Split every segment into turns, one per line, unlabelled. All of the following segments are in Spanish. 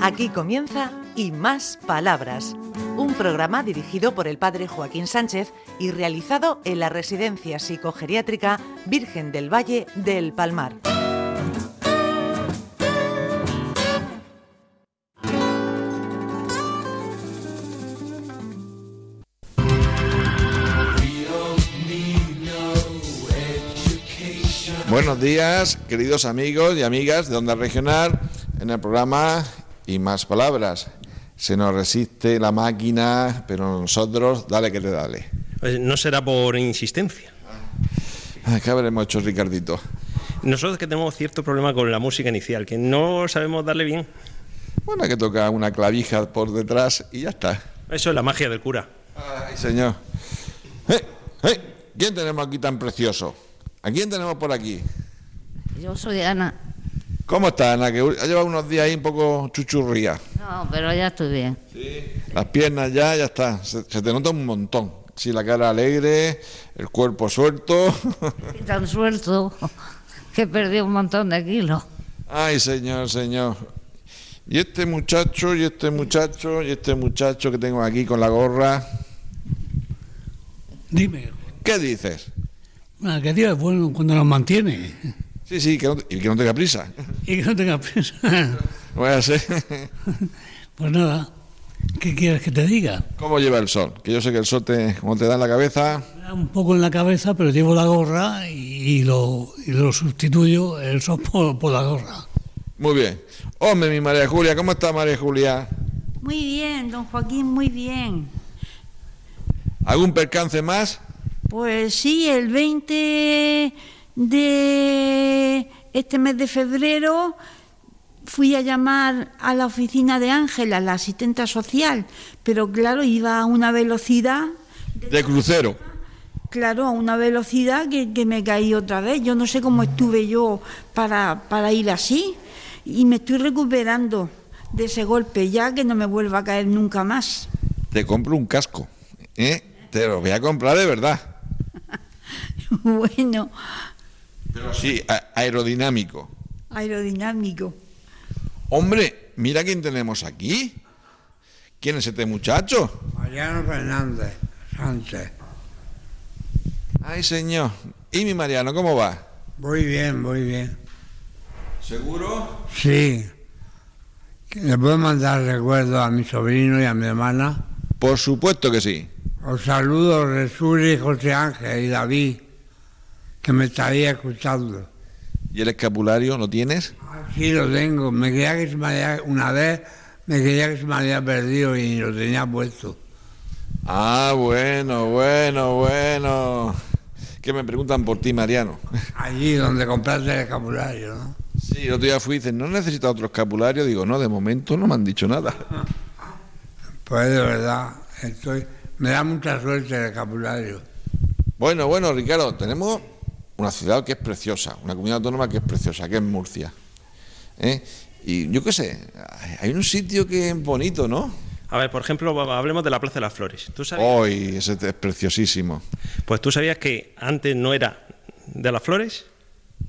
Aquí comienza Y Más Palabras, un programa dirigido por el padre Joaquín Sánchez y realizado en la Residencia Psicogeriátrica Virgen del Valle del Palmar.
Buenos días, queridos amigos y amigas de Onda Regional, en el programa y más palabras. Se nos resiste la máquina, pero nosotros, dale que le dale.
Pues no será por insistencia.
Ay, ¿Qué habremos hecho, Ricardito?
Nosotros que tenemos cierto problema con la música inicial, que no sabemos darle bien.
Bueno, que toca una clavija por detrás y ya está.
Eso es la magia del cura.
Ay, señor. Eh, eh, ¿Quién tenemos aquí tan precioso? ¿A quién tenemos por aquí?
Yo soy Ana.
¿Cómo está, Ana? Que ha llevado unos días ahí un poco chuchurría.
No, pero ya estoy bien.
Las piernas ya, ya está. Se, se te nota un montón. Sí, la cara alegre, el cuerpo suelto.
Y tan suelto que perdí un montón de kilos.
Ay, señor, señor. Y este muchacho, y este muchacho, y este muchacho que tengo aquí con la gorra.
Dime,
¿Qué dices?
ah, que Dios es bueno cuando nos mantiene
Sí, sí, que no, te- y que no tenga prisa.
y que no tenga prisa.
No vaya a ser.
Pues nada, ¿qué quieres que te diga?
¿Cómo lleva el sol? Que yo sé que el sol te, como te da en la cabeza.
Me da un poco en la cabeza, pero llevo la gorra y, y lo, y lo sustituyo el sol por, por la gorra.
Muy bien. Hombre, mi María Julia, ¿cómo está María Julia?
Muy bien, don Joaquín, muy bien.
¿Algún percance más?
Pues sí, el 20 de este mes de febrero fui a llamar a la oficina de Ángela, la asistenta social, pero claro, iba a una velocidad,
De crucero.
claro, a una velocidad que, que me caí otra vez. Yo no sé cómo estuve yo para, para ir así y me estoy recuperando de ese golpe ya que no me vuelva a caer nunca más.
Te compro un casco. ¿eh? Te lo voy a comprar de verdad.
bueno,
Pero sí, a- aerodinámico.
aerodinámico.
Hombre, mira quién tenemos aquí. ¿Quién es este muchacho?
Mariano Fernández Sánchez.
Ay, señor. ¿Y mi Mariano, cómo va?
Muy bien, muy bien.
¿Seguro?
Sí. Le puedo mandar recuerdos a mi sobrino y a mi hermana.
Por supuesto que sí.
Os saludo, Resuri, José Ángel y David, que me estaría escuchando.
¿Y el escapulario lo tienes?
Aquí lo tengo. Me creía que se me había, una vez me creía que se me había perdido y lo tenía puesto.
Ah, bueno, bueno, bueno. Que me preguntan por ti, Mariano.
Allí donde compraste el escapulario, ¿no?
Sí, el otro día fui y dicen, ¿no necesitas otro escapulario? Digo, no, de momento no me han dicho nada.
Pues de verdad, estoy, me da mucha suerte el escapulario.
Bueno, bueno, Ricardo, tenemos una ciudad que es preciosa, una comunidad autónoma que es preciosa, que es Murcia. ¿Eh? Y yo qué sé, hay un sitio que es bonito, ¿no?
A ver, por ejemplo, va- hablemos de la Plaza de las Flores. ¿Tú sabías?
Hoy, ese te- es preciosísimo.
Pues tú sabías que antes no era de las Flores.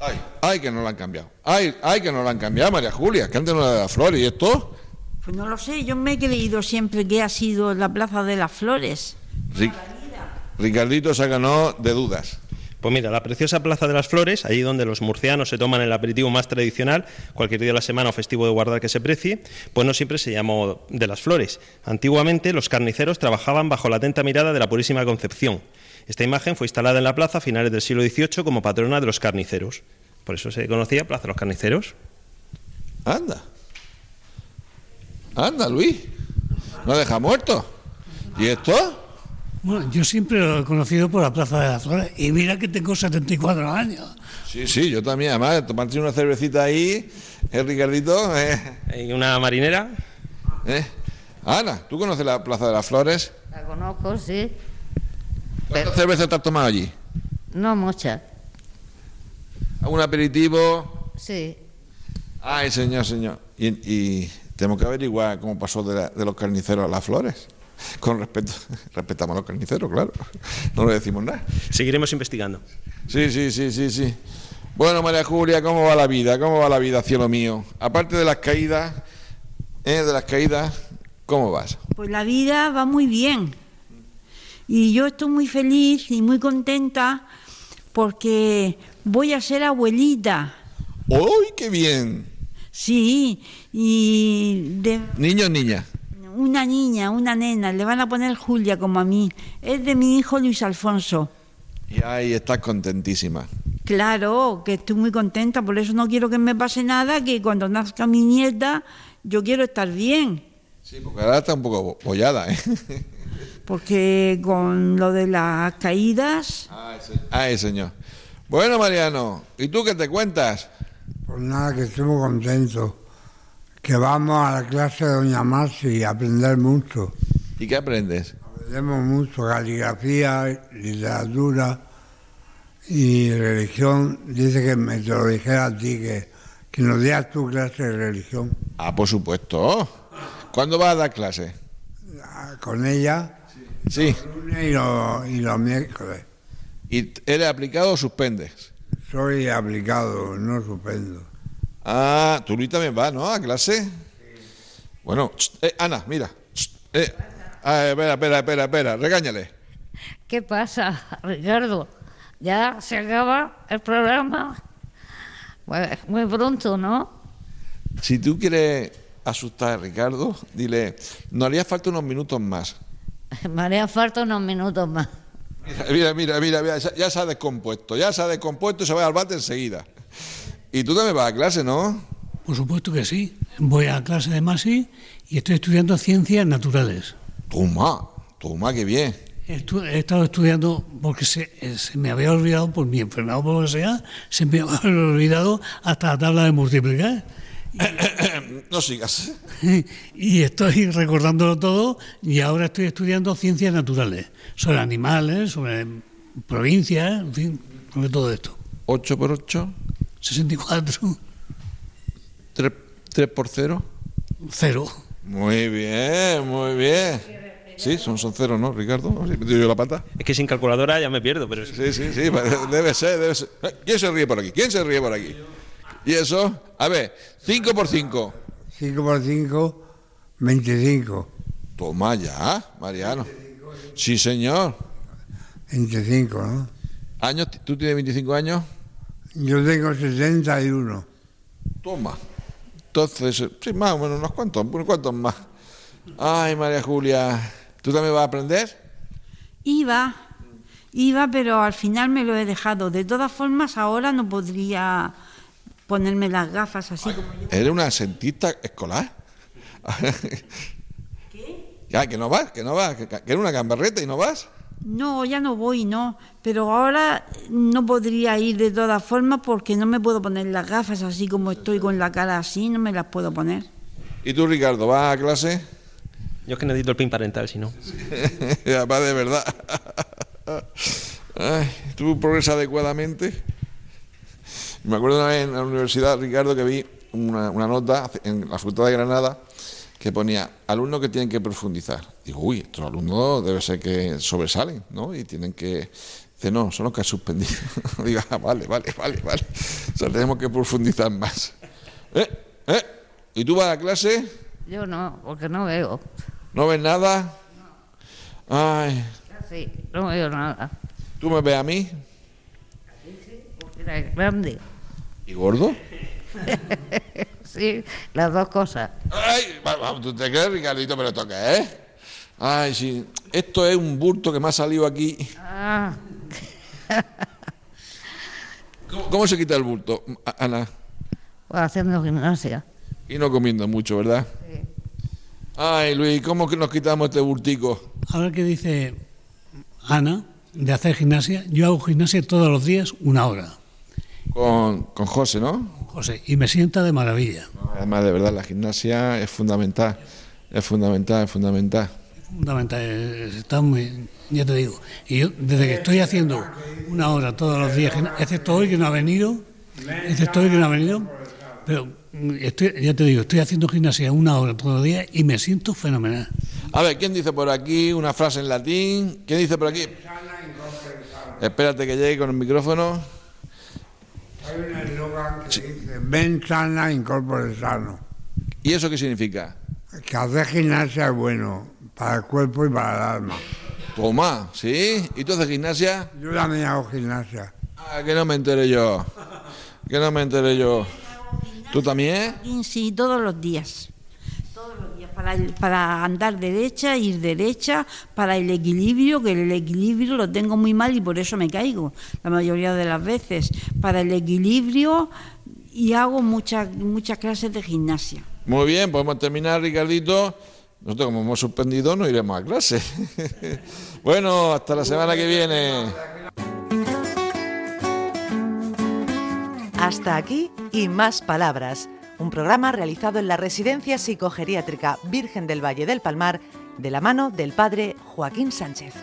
Ay, ay, que no lo han cambiado. Ay, ay, que no lo han cambiado, María Julia, que antes no era de las flores y esto.
Pues no lo sé, yo me he creído siempre que ha sido la Plaza de las Flores.
Ri- Ricardito se ha ganado de dudas.
Pues mira, la preciosa Plaza de las Flores, allí donde los murcianos se toman el aperitivo más tradicional, cualquier día de la semana o festivo de guardar que se precie, pues no siempre se llamó de las Flores. Antiguamente los carniceros trabajaban bajo la atenta mirada de la Purísima Concepción. Esta imagen fue instalada en la plaza a finales del siglo XVIII como patrona de los carniceros. Por eso se conocía Plaza de los Carniceros.
Anda. Anda, Luis. No deja muerto. ¿Y esto?
Bueno, yo siempre lo he conocido por la Plaza de las Flores y mira que tengo 74 años.
Sí, sí, yo también. Además, tomarte una cervecita ahí, ¿eh, Ricardito? Eh,
Y una marinera,
eh. Ana, ¿tú conoces la Plaza de las Flores?
La conozco, sí.
¿Cuántas cervezas te has tomado allí?
No muchas,
¿Algún aperitivo?
sí.
Ay, señor, señor. Y, y tenemos que averiguar cómo pasó de, la- de los carniceros a las flores. Con respeto, respetamos a los carniceros, claro. No le decimos nada.
seguiremos investigando.
Sí, sí, sí, sí, sí. Bueno, María Julia, ¿cómo va la vida? ¿Cómo va la vida, cielo mío? Aparte de las caídas, ¿eh? de las caídas, ¿cómo vas?
Pues la vida va muy bien. Y yo estoy muy feliz y muy contenta porque voy a ser abuelita.
¡Uy, qué bien!
Sí, y de
Niños, niña.
una niña, una nena, le van a poner Julia como a mí. Es de mi hijo Luis Alfonso.
Y ahí estás contentísima.
Claro, que estoy muy contenta, por eso no quiero que me pase nada, que cuando nazca mi nieta yo quiero estar bien,
Sí, porque ahora está un poco bollada, ¿eh?
porque con lo de las caídas,
Ah, Ay, señor. Bueno, Mariano, ¿y tú qué te cuentas?
Pues nada, que estoy muy contento. Que vamos a la clase de Doña Marci a aprender mucho.
¿Y qué aprendes?
Aprendemos mucho caligrafía, literatura y religión. Dice que me te lo dijera a ti, que, que nos dieras tu clase de religión
Ah, por supuesto. ¿Cuándo vas a dar clase?
ah, con ella,
Sí.
los lunes y los, y los miércoles.
¿Y eres aplicado o suspendes?
Soy aplicado, no suspendo.
Ah, tú Luis también vas, ¿no? A clase. Bueno, ch, eh, Ana, mira. ch, eh, ah, espera, espera, espera, espera, regáñale.
¿Qué pasa, Ricardo? Ya se acaba el programa. Bueno, es muy pronto, ¿no?
Si tú quieres asustar a Ricardo, dile, nos haría falta unos minutos más.
Me haría falta unos minutos más.
Mira, mira, mira, mira, ya- ya se ha descompuesto, ya se ha descompuesto y se va al bate enseguida. Y tú también vas a clase, ¿no?
Por supuesto que sí. Voy a clase de Masi y estoy estudiando ciencias naturales.
Toma, toma, qué bien.
Estu- he estado estudiando porque se, eh, se me había olvidado, por mi enfermedad o por lo que sea, se me había olvidado hasta la tabla de multiplicar.
No sigas.
Y estoy recordándolo todo y ahora estoy estudiando ciencias naturales, sobre animales, sobre provincias, en fin, sobre todo esto.
8 por 8,
64,
3, por 0.
0.
Muy bien, muy bien. Sí, son, son cero, ¿no, Ricardo? ¿Sí, ¿Metí yo la pata?
Es que sin calculadora ya me pierdo, pero
Sí, sí, sí, pa- debe ser, debe ser. ¿Quién se ríe por aquí? ¿Quién se ríe por aquí? ¿Y eso? A ver, 5 por 5.
5 por 5, 25.
Toma ya, Mariano. Sí, señor.
25, ¿no?
¿Años? t- ¿Tú tienes 25 años?
Yo tengo 61.
Toma. Entonces, sí, más o menos unos cuantos, unos cuantos más. Ay, María Julia, ¿tú también vas a aprender?
iba, iba, pero al final me lo he dejado. De todas formas, ahora no podría ponerme las gafas así como yo.
¿Eres una asentista escolar? ¿Qué? Ya, que no vas, que no vas, que, que eres una gamberreta y no vas.
No, ya no voy, no. Pero ahora no podría ir de todas formas porque no me puedo poner las gafas así como estoy con la cara así, no me las puedo poner.
¿Y tú, Ricardo, vas a clase?
yo es que necesito el pin parental, si no.
Ya, va de verdad. Ay, ¿Tú progresas adecuadamente? Me acuerdo una vez en la universidad, Ricardo, que vi una, una nota en la Facultad de Granada que ponía alumnos que tienen que profundizar. Digo, uy, estos alumnos debe ser que sobresalen, ¿no? Y tienen que... Dice, no, son los que han suspendido. Digo, ah, vale, vale, vale, vale. O sea, tenemos que profundizar más. ¿Eh? ¿Eh? ¿Y tú vas a clase?
Yo no, porque no veo.
¿No ves nada? Ay,
Casi, no veo nada.
¿tú me ves a mí?
Porque era grande.
¿Y gordo?
Sí, las dos cosas.
Ay, va- va, tú te crees, Ricardito, pero toca, ¿eh? Ay, sí. Esto es un bulto que me ha salido aquí.
Ah,
¿Cómo, cómo se quita el bulto, A- Ana?
pues haciendo gimnasia.
Y no comiendo mucho, ¿verdad? Ay, Luis, ¿cómo que nos quitamos este bultico?
Ahora que dice Ana de hacer gimnasia, yo hago gimnasia todos los días una hora,
Con, con José, ¿no?
José, y me sienta de maravilla.
Además, de verdad, la gimnasia es fundamental. Es fundamental, es fundamental.
Fundamental, eh, está muy, ya te digo. Y yo, desde que estoy haciendo una hora todos los días, gimna- excepto hoy que no ha venido, excepto hoy que no ha venido, pero mm, estoy, ya te digo, estoy haciendo gimnasia una hora todos los días y me siento fenomenal.
A ver, ¿quién dice por aquí una frase en latín? ¿Quién dice por aquí? Espérate que llegue con el micrófono.
Hay un eslogan que dice, ven sana, incorpore sano.
¿Y eso qué significa?
que hacer gimnasia es bueno para el cuerpo y para el alma.
Toma, ¿sí? ¿Y tú haces gimnasia?
Yo también hago gimnasia.
Ah, que no me enteré yo. Que no me enteré yo. ¿Tú también?
Sí, todos los días. Todos los días, para, el- para andar derecha, ir derecha, para el equilibrio, que el equilibrio lo tengo muy mal y por eso me caigo la mayoría de las veces. Para el equilibrio y hago muchas muchas clases de gimnasia.
Muy bien, podemos terminar, Ricardito. Nosotros, como hemos suspendido, no iremos a clase. bueno, hasta la semana que viene.
Hasta aquí y más palabras, un programa realizado en la Residencia Psicogeriátrica Virgen del Valle del Palmar de la mano del padre Joaquín Sánchez.